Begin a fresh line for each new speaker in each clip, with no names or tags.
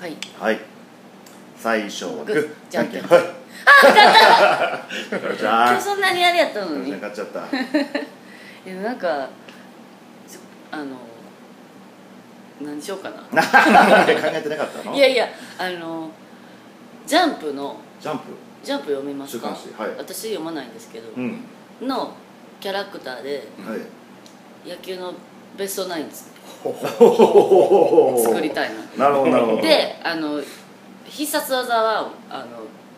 はい
はい最初はグ
グ
ー
ッ
じゃんけ
じゃ
ん
ん
はいあ勝ったじゃ
今
ん
日そんなにあれやったのに
勝っち ゃった
でもなんかそあの何しようかな
なんで考えてなかったの
いやいやあのジャンプの
ジャンプ
ジャンプ読みますか
週刊誌はい
私読まないんですけど、
うん
のキャラクターで
はい
野球のベストナインつ作
作
りたいな
なるほどなるほど
であの必殺技はあの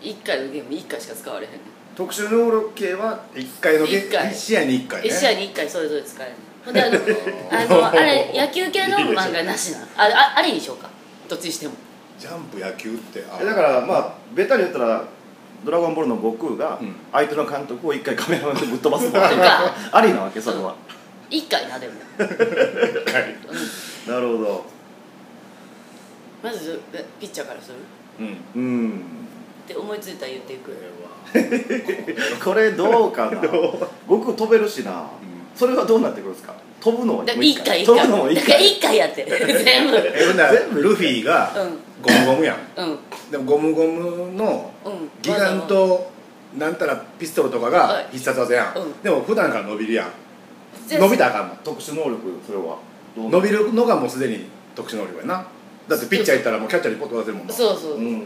1回のゲーム1回しか使われへんね
特殊能力系は
一回のゲ
一回
一試合に一回ね
1試合に1回それぞれ使えるほんであのあ のあれ野球系の漫画なしなあああれにしようかどっちにしても
ジャンプ野球ってあ
えだからまあベタに言ったら「ドラゴンボール」の悟空が
うん
相手の監督を一回カメラマンでぶっ飛ばすってい う
とか
ありなわけそれは
1回なでも
一回
なるほど
まずえピッチャーからする
うん
うん
って思いついたら言っていく
これは
これ どうかな悟空飛べるしなそれはどうなってくるんですか飛ぶのは
だから
もう
1回1
飛ぶ
回
のも
だか
一
ら
回
1回やって 全部
えほんならルフィが
うん
ゴムゴムやん
うん
でもゴムゴムの
うん
ギガンとなんたらピストルとか
はい
が必殺技やん、
うん
でも普段から伸びるやん
全然
伸びたらあかん
特殊能力それはどう
もん
な
伸びるのがもうすでに特殊能力やなだってピッチャー行ったらもうキャッチャーにポッと出せるもんな
そうそう、
うん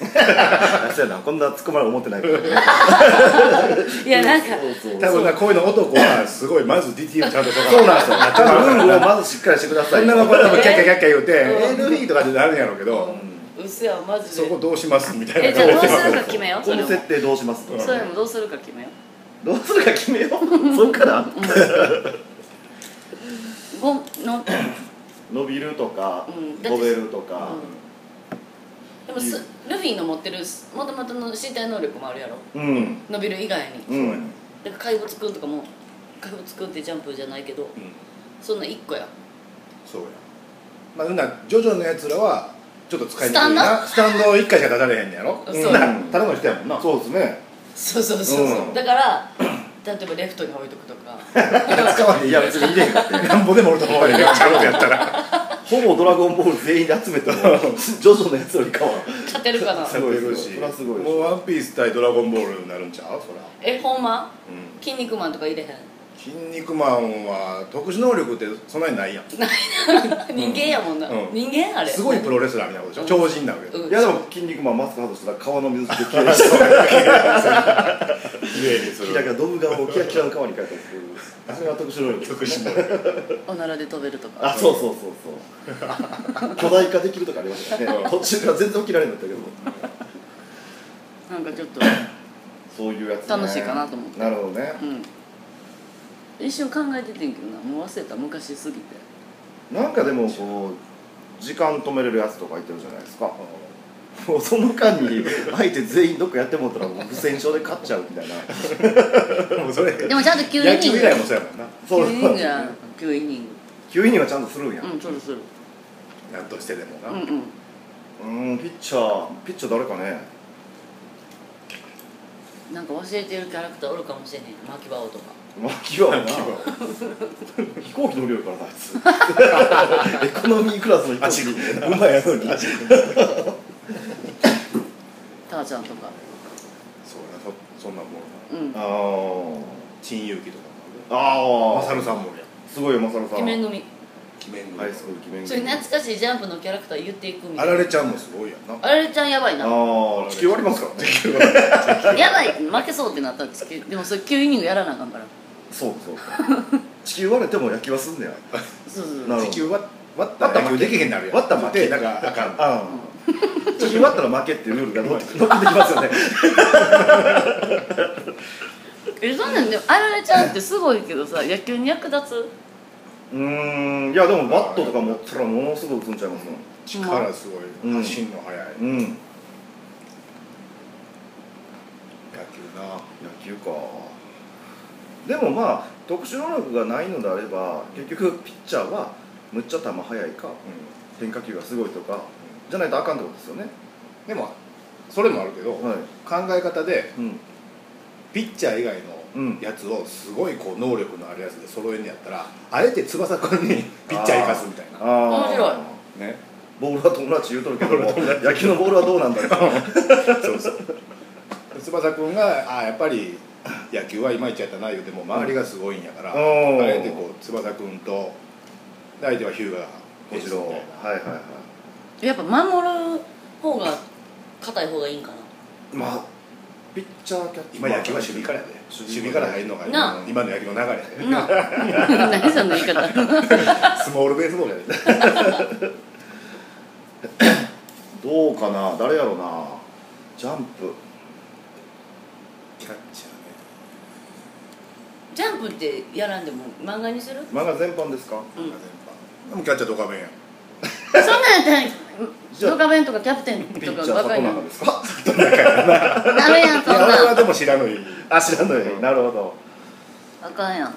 そうやなこんな突っ込まれる思ってないけど
いやなんか
そうそう
多分なこういうの男はすごいまず DT をちゃんととか
そうなんですよ多分ルールをまずしっかりしてください
女の子は多分キャッキャキャッキャ言うて
う
「
ん
えルフィ」とかってなるんやろうけど、
うんうせやマジで
そこどうしますみたい
え
な
じゃあどう
です
るか決めよう
こ
それ
の
も
設定どうします
それもどうするか決めよう
どうするか決めよう そっから
ゴンの
伸びるとか
うんだって
飛べるとか
でもすルフィの持ってるもともとの身体能力もあるやろ
うん
伸びる以外に
うん、
だから怪物くんとかも怪物くんってジャンプじゃないけど
うん
そんな1個や
そうやまあほんならジョジョのやつらはちょっと使いにくい
スタン
なスタンド一回しか出されへんのやろ
そう
だからただの人やもんな
そうですね
そうそうそうそう、
うん
だから例えばレフトに置いとくとか
使わへん
いや別にいいねんって
なんぼでもおると思うよ、ちゃんとやったら。
ほぼドラゴンボール全員で集め てもジョジョのやつよりかは
勝てる かな
すごいですよそれはすごいです
もうワンピース対ドラゴンボールになるんちゃうそら。
えほんま
うん。
筋肉マンとか入れへん
筋肉マンは特殊能力ってそんなにないやん。
人間やもんな、
うん
人間あれ
すごいプロレスラーみたいなことでしょ。超人になるけど。
うん
いやでも「筋肉マン」マスク外したら川の水できれいにして
綺麗にす
キラキラドブがもうキラキラの川に変えたりするそれが特殊能力
特殊能力。
おならで飛べるとか
あそうそうそうそう巨大化できるとかありましたね
うん
途中から全然起きられなかったけど
なんかちょっと
そういうやつ、ね、
楽しいかなと思って
なるほどね
うん一瞬考えててんけどなもう忘れた昔すぎて
なんかでもこう時間止めれるやつとか言ってるじゃないですかもうその間に相手全員どっかやってもったらもう不戦勝で勝っちゃうみたいな
でもそれ、
でもちゃんと9イニング
野球以外もそうやもんな。
そう
9イニングや9イニン
9イニングはちゃんとするんや
グうんそうする
なんとしてでも
う
な。
んうん
うんピッチャーピッチャー誰かね
なんか忘れてるキャラクターおるかもしれへん牧場王とか
マキはな飛行機乗りよるからなあいつ エコノミークラスの飛行機
うまいやつに。そうやな、
ターちゃんとか
そそんなもんな。
うん
あ
陳勇気とかも
ああ
ある。
あ
マサルさんもおるやん。
すごいよマサルさん
鬼面組
決めん
ハイスクール鬼面
そういう懐かしいジャンプのキャラクター言っていくみた
あ
いな
られちゃんもすごいやんな。
あられちゃんやばいな
ああ地球ありますからね
やばい負けそうってなったんですけどでもそれ9イニングやらなあかんから
そうそう地球割れても野球はすん ねや
そうそう
なるほど
地球割割ったら野球できへんなるやん。
割ったら負け
でなんかあかん。
ああ地球割ったら負けっていうルールが乗って乗ってきますよね
えそんなんでもあられちゃんってすごいけどさ野球に役立つ
うーんいやでもバットとか持ったらものすごい打つんちゃいますもん
力すごい、
うん
走んの速い、野
うん野
球な
球かでもまあ特殊能力がないのであれば結局ピッチャーはむっちゃ球速いか変化球がすごいとかじゃないとあかんってことですよね
でもそれもあるけど、
は
考え方で
いうん
ピッチャー以外
うん
のやつをすごいこう能力のあるやつで揃えんのやったらあえて翼くんにピッチャー生かすみたいな
ああ
面白い
ね
ボールは友達言うとるけど も野球のボールはどうなんだ か
そうそう翼君があーやっぱり野球はいまいちやったな言うても周りがすごいんやから、
うん
あえてこう翼君とで相手はヒューガー
もちろんはいはいはい
やっぱ守る方が硬い方がいいんか
まあピッチャーキャッチ
今野球は守備からやで守
守
備
備
か
からら
入るのが
なあ
今の野球の流れやで
ななあ 何その言い方
スモールベースボールやで
どうかな誰やろなジャンプ
キャッチ
ジャンプってやらんでも漫画にする
漫画全般ですか
ャーね全般でもキャッチャーとかめんやん
そんなんやった
じゃ
ら
あ
ドカベンとかキャプテン
ピッ
と
チャ
かば
ー
か
里
りな
中
の
ですか
ダメやん
い
そん
や俺
な
は
ん
でも知らぬい
あ知らんのよ、
うん
なるほど
あかんやん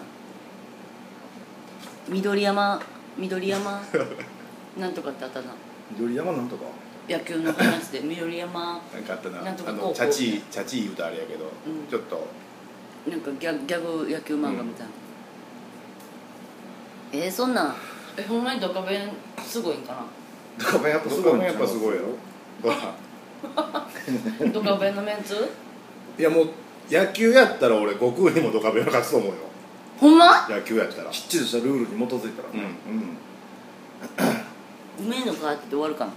緑山緑 山なんとかってあったな
緑山なんとか
野球の話で緑山
なんかあったな
なんとか
あ
こ
の
う
チャチーチャチー言うとあれやけど、
うん
ちょっと
なんかギャギャグ野球漫画みたいな、えー、そんなんえほんまにドカベンすごいんか
ドカベンやっぱすごいんちゃい
やっ
ま
ぱすごいやろほら
なドカベンのメンツ
いやもう野球やったら俺悟空にもドカベンは勝つと思うよ
ほんま
野球やったら
きっちりしたルールに基づいたらねうん、
うめえのかって終わる かな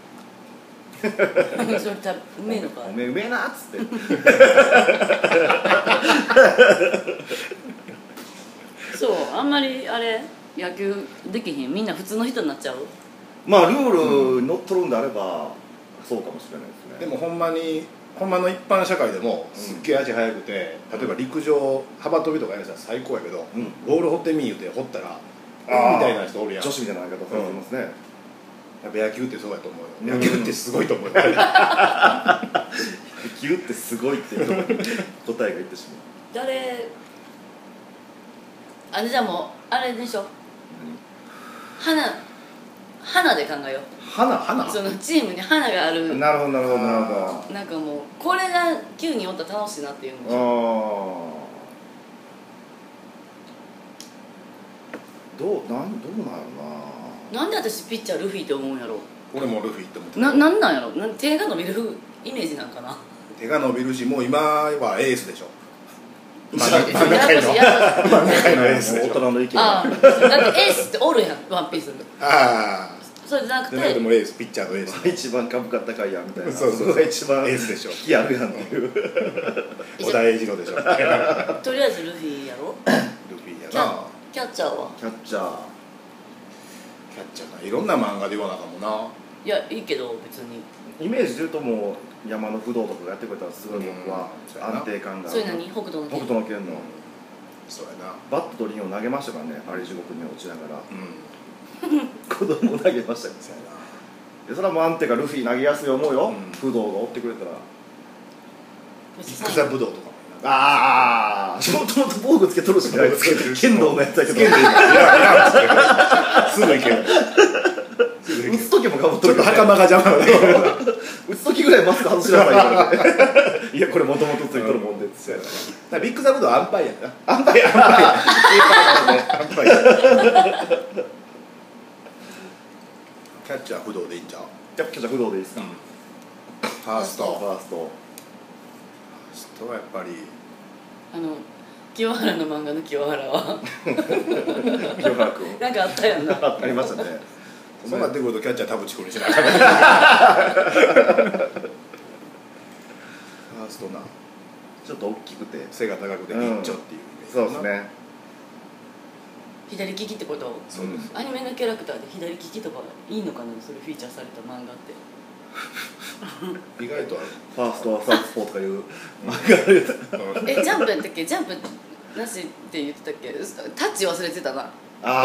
それたうめえのか
おめえうめえなっつって
そうあんまりあれ野球できへんみんな普通の人になっちゃう
まあルールにのっとるんであればそうかもしれないですね
でもほんまにほんまの一般社会でもすっげえ足速くて、例えば陸上幅跳びとかやるたら最高やけど、
うん
ボール掘ってみ言うて掘ったら
あー
みたいな人おるやん
女子みたいなやり方されてますね、
やっぱ野球ってそうやと思うよ、
うん
野球ってすごいと思うよ
ギ ュってすごいっていう答えが言ってしまう
誰あれじゃあもうあれでしょ花花で考えよ
花
う
花
そのチームに花がある
なるほどなるほどなるほど
あ
なんかもうこれが9人おったら楽しいなっていうの
あーどうなんどうなる
なんで私ピッチャールフィって思うんやろ
俺もルフィって思って
な
る
なんなんやろなん手が伸びるイメージなんかな
手が伸びるしもう今はエースでしょ 真ん
ややこ
中
しいや
の
や こしい
真ん中のエース
な大
でしょ
人の意見
ああだってエースっておるやんワンピースに
あ
それじゃな
あ
く
でなんかで
て
もエースピッチャーのエース
一番株価高いやんみたいな
そうそう
れが一番
エースでしょ
引きあるやんっていう
小田栄二 郎でしょみたいなル
とりあえずルフィやろ
フィや
キャ
な
キャッチャーは
キャッチャー
キャッチャーないろんな漫画で言わなあかんもんない
やいいけど別に
イメージで言うともう山の不動とかがやってくれたらすごい僕は
うんそうやな
安定感があ
そ
る
れ何北斗の
北
拳
斗の拳の
そうやな
バットとリンを投げましたからねあれ地獄に落ちながら
うん
子供を投げましたから
そうやな
でそれはもう安定がルフィ投げやすい思うよ、
うん
不動が追ってくれたら
戦武道とかもやな
ああもともと防具つけとるしかないですけど剣道のやつだけど
すぐ行けるすぐ
打
行 ける
つ時もかぶっと
ちょ
る
っ
けど
と袴が邪魔だね
打つ時ぐらいマスク外しなさいよ いやこれもともとついとるもんでっつって
だからビッグザブドウはアンパイアやなアンパイアアンパイアキャッチャー不動でいいんちゃう
キャッキャじゃ不動でいいですか、フ
ファーストファ
ァースト
ーストはやっぱり
あの清原の漫画の清原 は
清原君
なんかあったやんな
ありましたね
そうなってくるとキャッチャー田淵君にしなあかんファーストな
ちょっと大きくて
背が高くて緊張っていうイメージ
そうですね
左利きってこと
そうです
アニメのキャラクターで左利きとかいいのかなそれフィーチャーされた漫画って
意外と
ファ
あ
ーストはサウスポーとかいう
る
えジャンプやったっけジャンプなしって言ってたっけタッチ忘れてたな
キャッ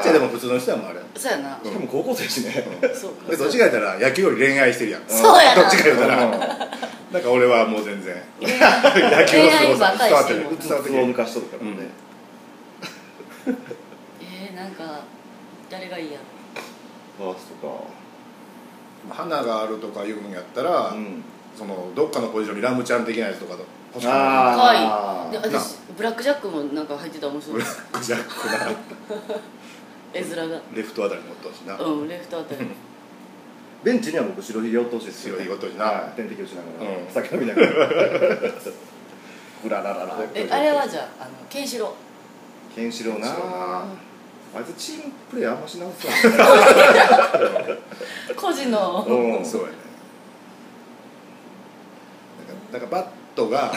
チャーで
も
も普通の人やもんあれ
そうやな、
しかも高校生やしね
そうか
でどっちか言ったら野球より恋愛してるやん
そうやな
どっちか 言ったら
うん
なんか俺はもう全然
恋愛
野球の凄
恋愛ば
さ
っか
伝
り
わっ
してて
る
るもんな
うつ
伝
う
わって
つを
くる
抜かしとるからね、
うん
えー、なんか誰がいいやろ
ファーストか
花があるとかいうんやったら、
うん
そのどっかのポジションにラムちゃん的なやつとかと欲しく
か
な
あ
る
わいいで
な
私ブラックジャックもなんか入ってたら面白
ブ
い
ラックジャックな
絵面が
レフトあたりに持ってほしいな、
うんレフトあたり
ベンチには僕白ひげ落としですよ
白ひげ落としな
はい点滴をしながら、
うん
酒飲みながらうらららら
えあれはじゃああのケンシロウ
ケンシロウな
ケンシロウな
あいつチームプレーあんましなさい
個人の
うん
そうやねだからだからバットが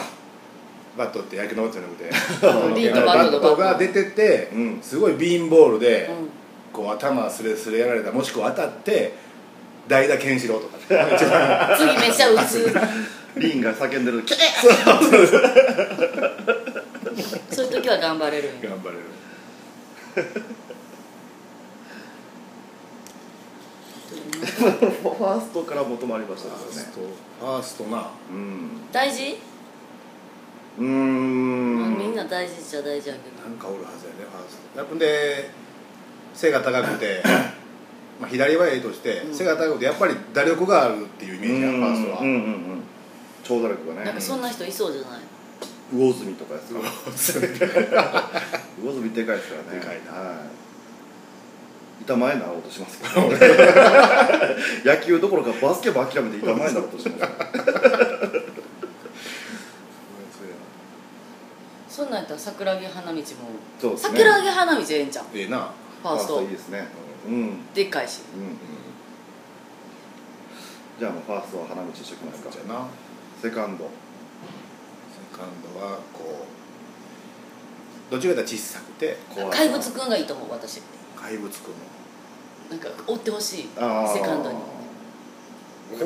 バットって野球のバットじゃなくて
リードバ
バ
ット
ッ
と
ト
バッ
が
ト
出てて、
うん
すごいビーンボールで、
うん
こう頭すれすれやられたもしくは当たって代打健志郎とかね一番
次めっちゃ打つ
リンが叫んでるキャ
そういう時は頑張れるんや
頑張れる
ーファーストから求まりました
ファー
です
ス
よね
トファーストな
うん
大事、
うー
まあ
ん
みんな大事っちゃ大事やけど
なんかおるはずやねファーストやっぱで背が高 くてまあ左はええとして、
うん
背が高くてやっぱり打力があるっていうイメージや
うん
ファーストは、
うんうんうん長打力がね
なんかそんな人いそうじゃない
魚住とか ですか
そう
魚住でかいですからね
でかいな
はい板前になろうとしますから 野球どころかバスケも諦めて板前になろうとしてますから
そんなんやったら桜木花道も
そうですね
桜木花道ええんちゃんフ
ええな
ァースト
いいですねうんうん
でっかいし
じゃあもうファーストは花道にしときますか
じゃあな
セカンド
セカンドはこうどっちかというと小さくて
怖いな
怪物くんがいいと思う私
怪物くんの
なんか追ってほしいセ
あー
カンドに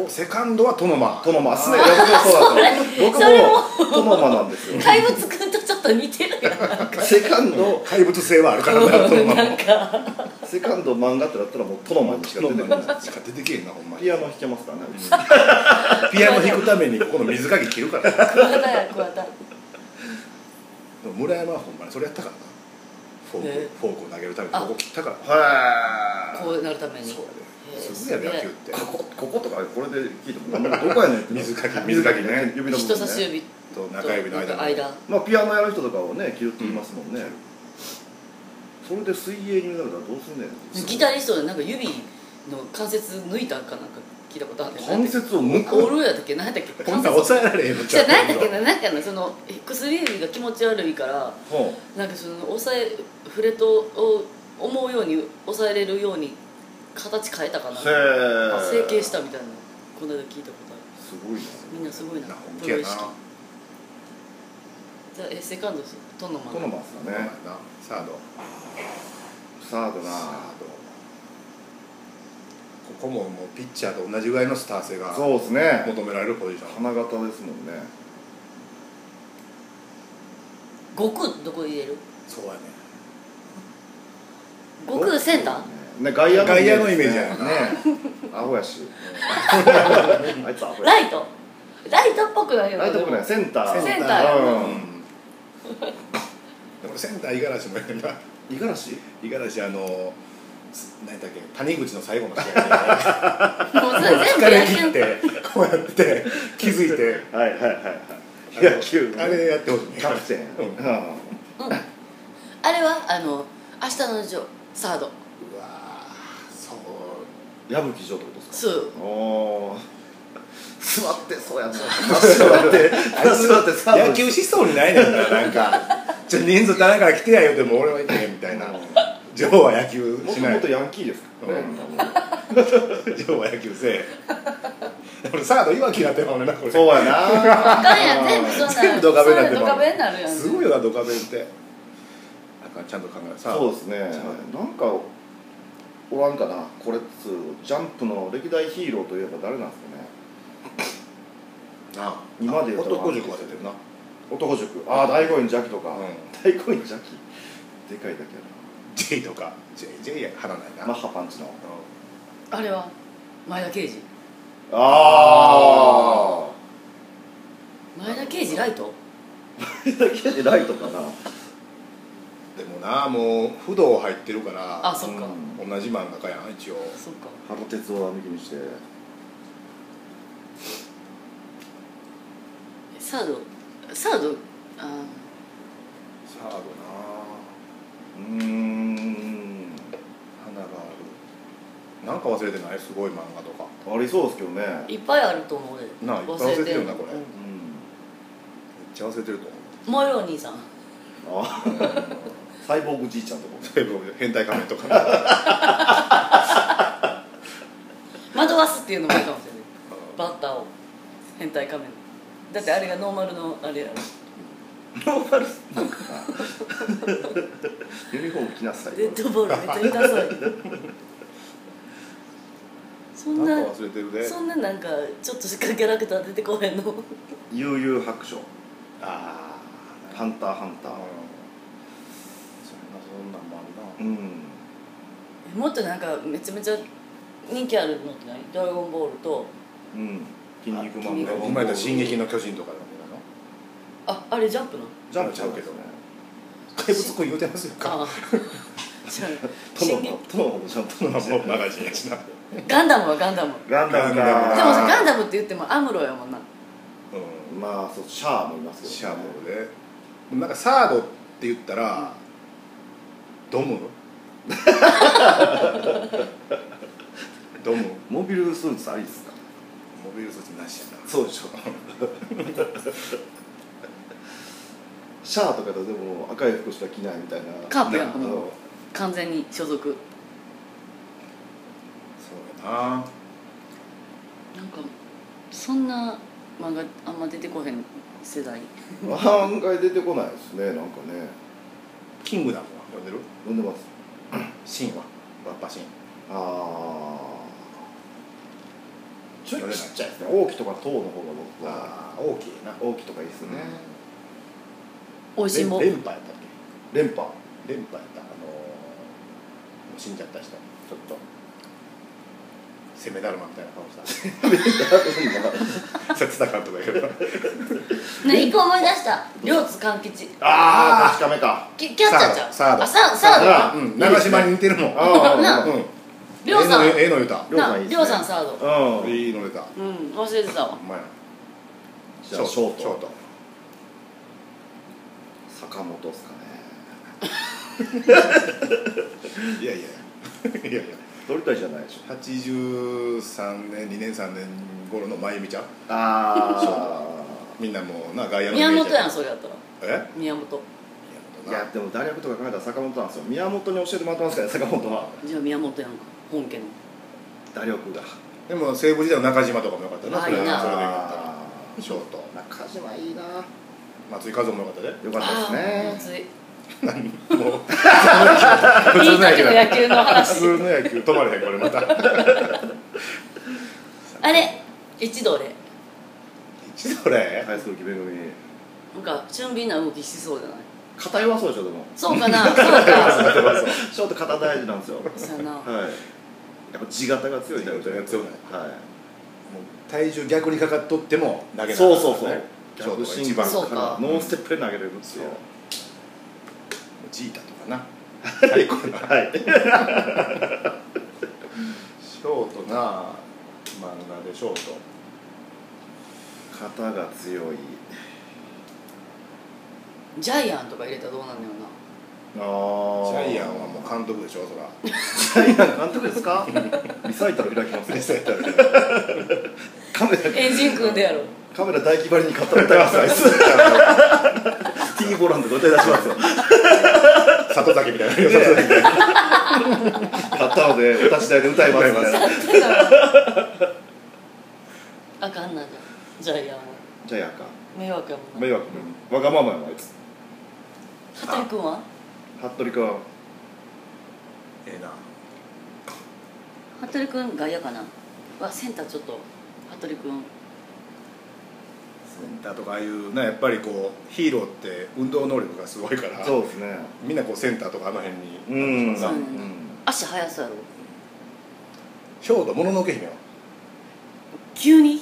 セカンドはトノマ
トノマすね僕もそうだと思 う
それ
僕もトノマなんですよ
怪物くんとちょっと似てるやんなんか
セカンド
怪物性はあるから なトノマ
なんか
セカンド漫画ってだったらもうトノマにしか出てこない
しか出てけえなほんまに
ピアノ弾けますからね
ピアノ弾くためにここの水かけ切るからで
桑田や桑田
も村山はほんまにそれやったからなフォーク,、
ね
フォークを投げるためにここ切ったから
は
こうなるために
そうや
へえ
で、すごいやで野球って
こここことかこれで聞いてもどこやねんって
水かき水かきね
指の部分ね
人差し指
と
と
中指の間
なん
の
か間
まあピアノやる人とかはね着るって言いますもんねそれで水泳になるたらどうすんねん
ギタリストでなんか指の関節抜いたんかなんか聞いたことあるね
関節を抜
オー
く
ルやったっけ何やったっけ
こんなん抑えられへんの
じゃあ
ん
何やったっけななんかのそのえ薬指が気持ち悪いから
ほ
なんかその抑えフレットを思うように抑えれるように形変えたか
う
な
へ
整
え
形した
す
みたいなこの間聞いたことある
ごいな
みんなすごいな
な本
プ
気や
ロ
な
意識じゃあえセカンドですよトノマン
トノマス
ほ
だ
んまや
ね
なサード
サード
サ
な
ードここももうピッチャーと同じぐらいのスター性が
そうですね
求められるポジション
花形ですもんね
悟空どこ入れる
そうやね
悟空センター
ね外野
外野のイメージやな
ねアホや しあいつアホや
ライトライトっぽくないよね
ライトっぽくないセンター
センター
う
うんんでもセンター五十嵐もやるな
五十嵐
五十嵐あのす何だっけ谷口の最後の試 合
もうそれ全部
で疲れ切
野
っ
球
てこうやって気づいて
はいはいはいはい
あの
野球の
あれやってほしい
キャプテン
うん
う
うんん
うんあれはあの明日のジョーサード
うわーそう
矢吹城ってことですか
そう
おー座ってそうやな座って座ってサード
野球しそうにないねんななんかちょ人数足らんから来てやよでも俺はいけへんみたいなジョーは野球
も
し
と
な
も
い
と
ジ
ヤンキーですからね
うんョーは野球せえ俺サード岩木なってまうねんなこれ
そうや な
あかんやん全部そんなん
全部ドカベンになって
そん
ま
ん
う
ドカベンになるやん
すごいよなドカベンってあかんちゃんと考えるさ
そうですね
そう
なんかおらんかなこれっつうジャンプの歴代ヒーローといえば誰なんですかね
な
今で言うと
男塾は出てるな
男塾ああ大五院邪気とか、
うん
大五院邪気でかいだけや
J とか JJ や払わないな、
なマッハパンチの
う
あれは前田圭司
あ
前田圭司ライト
あだけでライトかなん
でもなもう不動入ってるから
あそっか、
うん
同じ漫画家やん一応
そっか
原哲夫は右にして
サードサードあ
サードな
うーん
花があるなんか忘れてないすごい漫画とか
ー
ありそうですけどね
いっぱいあると思うで
なあいっぱい忘れてるよなこれ
うん
っちゃ忘れてると思う
もよお兄さん
うんあサイボーグじいちゃんとか
そういえば変態仮面とかあ
惑わすっていうのもいいかもしれないバッターを変態仮面だってあれがノーマルのあれやろ
ノーマルなんかユニフォーム着なさい
デッドボールめっちゃ痛そうやけ どそん
な
なん
か忘れてるで
そんななんかちょっとしかキャラクター出てこへん の
悠々白書
ああ
ハンターハンタ
そ
ー
んなそんなんもあ
う
る
ん
もっとなんかめちゃめちゃ人気あるのって何ドラゴンボールと
うん筋肉
あ
マ
筋
ン
肉
な
マン
今言った「進撃の巨人」とかだもんなの
ああれジャンプなの
ジャンプちゃうけどね
怪物くん言うてますよか
あ あじゃあ
ト
進
ノ
撃
のトノのジャンプの
もうマガジンやしな
ガンダムはガンダム
ガンダム
で
だ
もさガン
ム
ダムって言ってもアムロやもんな
うん
まあそうシャアもいますよ
シャーボーででもなんかサードって言ったらドムドム
モビルスーツありですか
モビルスーツなしやな
そうでしょシャアとかだとでも赤い服しか着ないみたいな
カープやん
なか
も完全に所属
そうやな
なんかそんな漫画あんま出てこへん世代
案外出てこないですねなんかね
キングダムは読んでる
読んでます
シンはバッパシン
ああちょっと
読めない
ちっちゃいですね王毅とか唐の方が僕は
ああ大きいな
王毅とかいいですね、
おいしんぼ
連連覇やったっ
連覇
け連覇やったあのーもう死んじゃった人ちょっと攻めだるまみたいな顔した 切な感とか言うから
ね一個思い出した両津勘吉
ああ確かめか
キキャッチャーちゃう
サード
あサードサード
サ
か
ード
うん長島に似てるもん
あー
な
うん
りょうさん
ええのええの言うた
りょうさんいいっすね
りょうさんサード
うん
いいの出た
うん忘れてたわ
お前ら
じゃあショート
ショート
坂本ですかね
いやいやいやいや
鳥取じゃないでしょ
83年2年3年頃の真由美ちゃん
あ
みんなもうな外野のイメ
宮
ージ
本やんそれやったら
え
宮本
あいやでも大学とか考えたら坂本なんですよ宮本に教えてもらってますからね坂本は
じゃあ宮本やんか本家の
打力が
でも西武時代の中島とかもよかったな
あ
それ
いいな
それでよか
あ
ったショート
ー中島いいなよ
松井和夫もよかったで
かったですね
ね
もう
いい時の野球の
普
話
通の野球止まれへんこれまた
あれ一度俺
一度俺
ハイスクール決め組
なんか俊敏な動きしそうじゃない
硬いはそうでしょでも
そうかなそうか
ショート肩大事なんですよはい
そうやな
やっぱ地型が強いタイプ
地型が強い
は
もう体重逆にかかっとっても投げなか
い
ったね
そうそうそう
ショート
逆
が
進
一番
番
そう
か
から
ノーステップで投げれるんですよ
ジータとかな最高な
はい
ショートな漫画でショート
肩が強い
ジャイアンとか入れたらどうなんだよな
ああ
ジャイアン はもう監督でしょそら
ジャイアン監督ですかリサイタル開きますねカメラ
エンジン組んでやろう
カメラ大気張りに語ってますあいつ T ボランとか歌い出し ますよ
里崎みたいな里崎みたいな
買ったのでお立ち台で歌いますみたいな
あかんなじゃんジャイアンは
ジャイアンか
迷惑やもんな
迷惑わがままやもんあいつ
羽鳥君は
服部君
ええな
羽鳥君外野かなはセンターちょっと羽鳥君
センターとかああいうなやっぱりこうヒーローって運動能力がすごいから
そうですね
みんなこうセンターとかあの辺に
うん
そうね
うん
足速そうやろ
ショートもののけ姫は
急に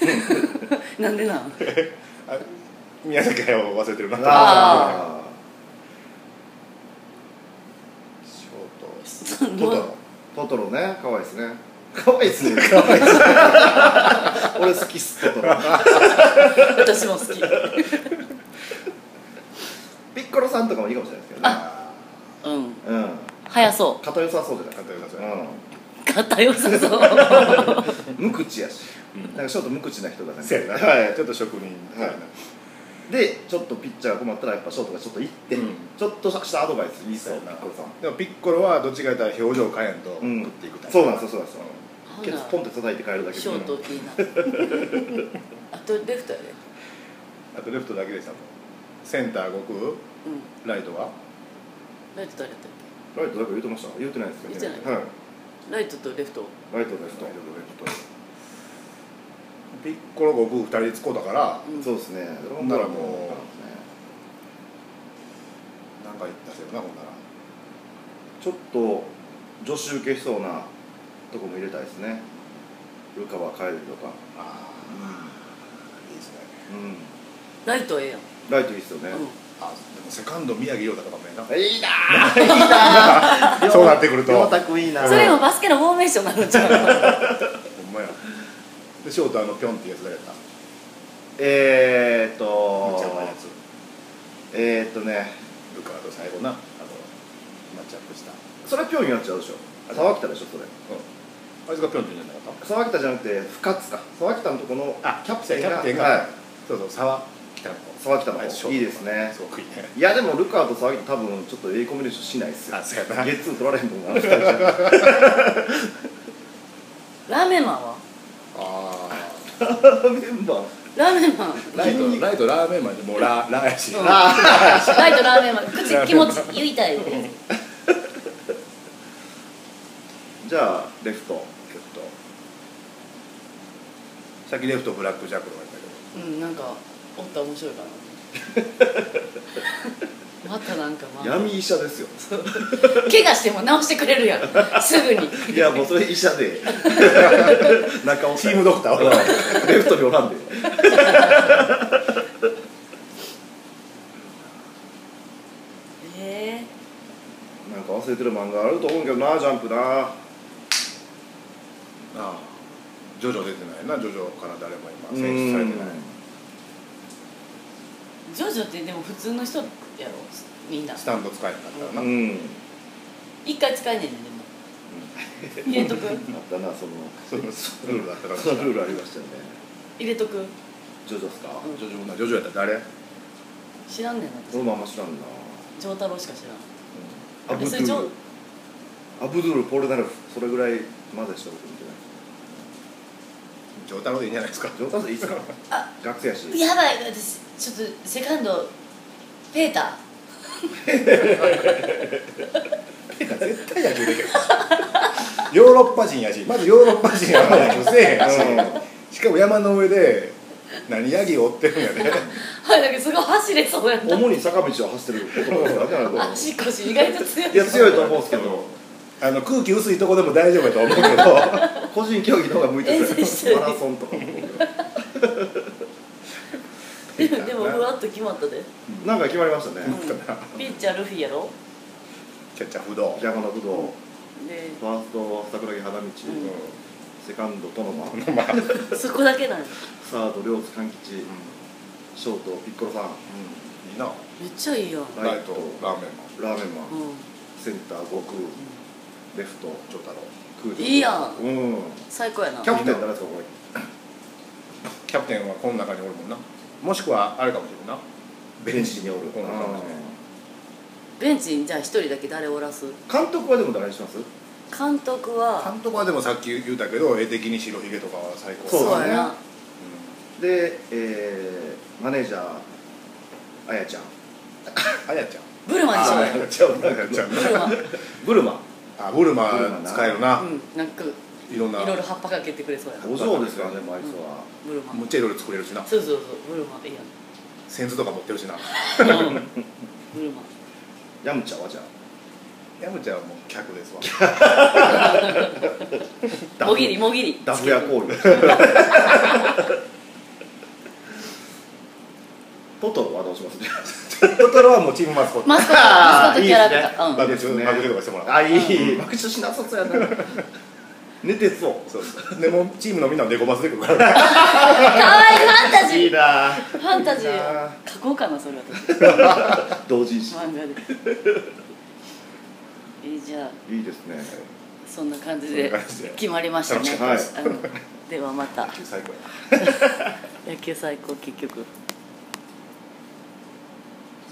なんでなん
あ宮崎駿を忘れてるな
あ
あ
ショ
そ
ー
の
トトトロ
ートトロね可愛いですね可愛いですね可愛いですね俺好きっすトトロ
私も好き
ピッコロさんとかもいいかもしれないですけどね
あ
うん
うん
速そ
肩良さそうじゃない
肩良さそう
うん
う肩良さそう
うん無口やし
うん
なんかショート無口な人がなんか
せやな
はい
ちょっと職人
はいでちょっとピッチャーが困ったらやっぱショートがちょっと行って、
うん
ちょっとしたアドバイスいいっすよ
そうやな
ピッコロさんも
でもピッコロはどっちか言ったら表情を変えんと
うん
食っていくタイプ
そうなんですよそうなんですよ
ほん
ケ
な
ツ
ら
ポンって叩いて帰るだけで
ショートいいなあとレフトやで
あとレフトだけでしたもんセンター悟
うん
空ライトは
ライト誰やったっ
ライトだから言うてました言うてないです
言
よ
って
ね
ないけラ
はい
イトとレフト
ライトですと
ライトとレフトピッコロ悟空2人つこうだから
うん
そうですね
ほんならもう
ね
なんか言ったせよなほんなら
ちょっと女子受けしそうなとこも入れたいですねルカワ帰るとか
ああいいですね
うん
ライトええやん、
ライトいいっすよね、
う、
あでもセカンド宮城亮太とかもええない
いなーいいなー
そうなってくると
陽太君いいなん
それもバスケのフォーメーションになるんち ゃう
ほんまやでショートあのピョンっていうやつだやった
えーっ
むっ
と
ちゃうまいやつ
えーっとね
ルカワと最後なあのマッチアップした、
それはピョンになっちゃうでしょ沢北でしょそれ
あいつがピョンって言うんじゃなかった
沢北じゃなくて深津か沢北のとこのキャプテン
キ
が
ャプテンが、
はい、
そうそう沢北の子
沢北の
あつショ
方
ート
いいですね
すごくいいね
いやでもルカワと沢北多分ちょっと A コンビネーションしないっすよ
あそうやな
ゲッツー取られへんと思うあの二人じゃ
ラーメンマンは
あ
メンバー
ラーメンマン
あライトライトラーメンマンでもうラ ラーやし、
うん
ラ
ライトラーメンマン口気持ち言いたいよね
じゃあレフト
ちょっとさっきレフトブラックジャックとか言ったけど
うんなんかおったら面白いか なまたなんかまあ
闇医者ですよ
怪我しても治してくれるやんす ぐに
いやもうそれ医者で中尾
チームドクター俺は
ーレフトにおらんで
え
なんか忘れてる漫画あると思うけどなジャンプな
ああジョジョ出てないなジョジョから誰も今
う
選出されてない
ー、ジョジョってでも普通の人やろみんな
スタンド使えなかったらな、
ん
一回使えねえねんでも入れとく
あったなその
そのそのルールだったから
そのルールありましたよね
入れとく
ジョジョっすか
ん
ジョジョなジョジョやったら誰
知らんねんな
そ
私
のまま知らんな
丈太郎しか知らん
アブド
それジ
ゥ
ョ
ルアブドゥルポルナルフそれぐらいまでしか僕見てない
ジョータロでいいんじゃないですか
ジョータスいいっすか
あ
学生やし
やばい私ちょっとセカンドペータ
絶対野 球できるヨーロッパ人やしまずヨーロッパ人やから野球せえへんやししかも山の上で何ヤギを追ってるんやで、ね、
ーはいなんかすごい走れそうやった
主に坂道を走ってる男ですからねあの子
足腰意外と強い
いや強いと思うんですけど
あの空気薄いとこでも大丈夫やと思うけど
個人競技の方が向いてる
遠征してる
マラソンとか
でも でもふわっと決まったで、
なんか決まりましたね
うんピッチャールフィやろ
キャッチャー不動
山の武道
で
ファースト桜木花道
ん
セカンドトノマ
まあ、うん
そこだけなの
サード両津勘吉ショートピッコロさん
いいな
めっちゃいいやん、うん
ライトラーメンマン
ラーメンマンセンター悟空レフト
ジョータロ
空
いいやん
うん
最高やな
キャプテン誰ですかこれ
キャプテンはこの中におるもんなもしくはあれかもしれんな
ベンチにおる
この中かもしれん
ベンチにじゃあ一人だけ誰おらす
監督はでも誰にします
監督は
監督はでもさっき言うたけど絵的に白ひげとかは最高
そうだね
やな
でえーマネージャーあやちゃん
うんあやちゃん
ブルマにしよう
あ
や
やちゃん
あやちゃん
ブルマ
ブルマ
あブルマ
ブルマな
使えるな、
うんなんかい
いろんな
ろいろ葉っぱかけてくれそうやな
お嬢ですからねもうあいつは
ブルマ
むっちゃいろいろ作れるしな
そうそうそうブルマいいやん
センズとか持ってるし な
うんブルマ
ヤムチャはじゃあ
ヤムちゃんはもう客ですわ
ダフ
もぎりもぎり
ダフ屋交流トトロはどうします
トトロはもうチームマスコッ
マスコットマスコットキャラクター
バ
うん
グチバグチとかしてもらう
あいい爆笑しなさそうや な寝てそ
そうそうでもチームのみんなもデコバスで来るからね
かわいいファンタ
う
ジ
い
ー
いな
ファンタジ
いいな
ー書こうかなそれ私
同人誌
漫画でえーじゃあ
いいですね
そんな感じ
そん
で
な感じで
決まりましたね
楽しかったです
あのではまた
野球最高やな
野球最高結局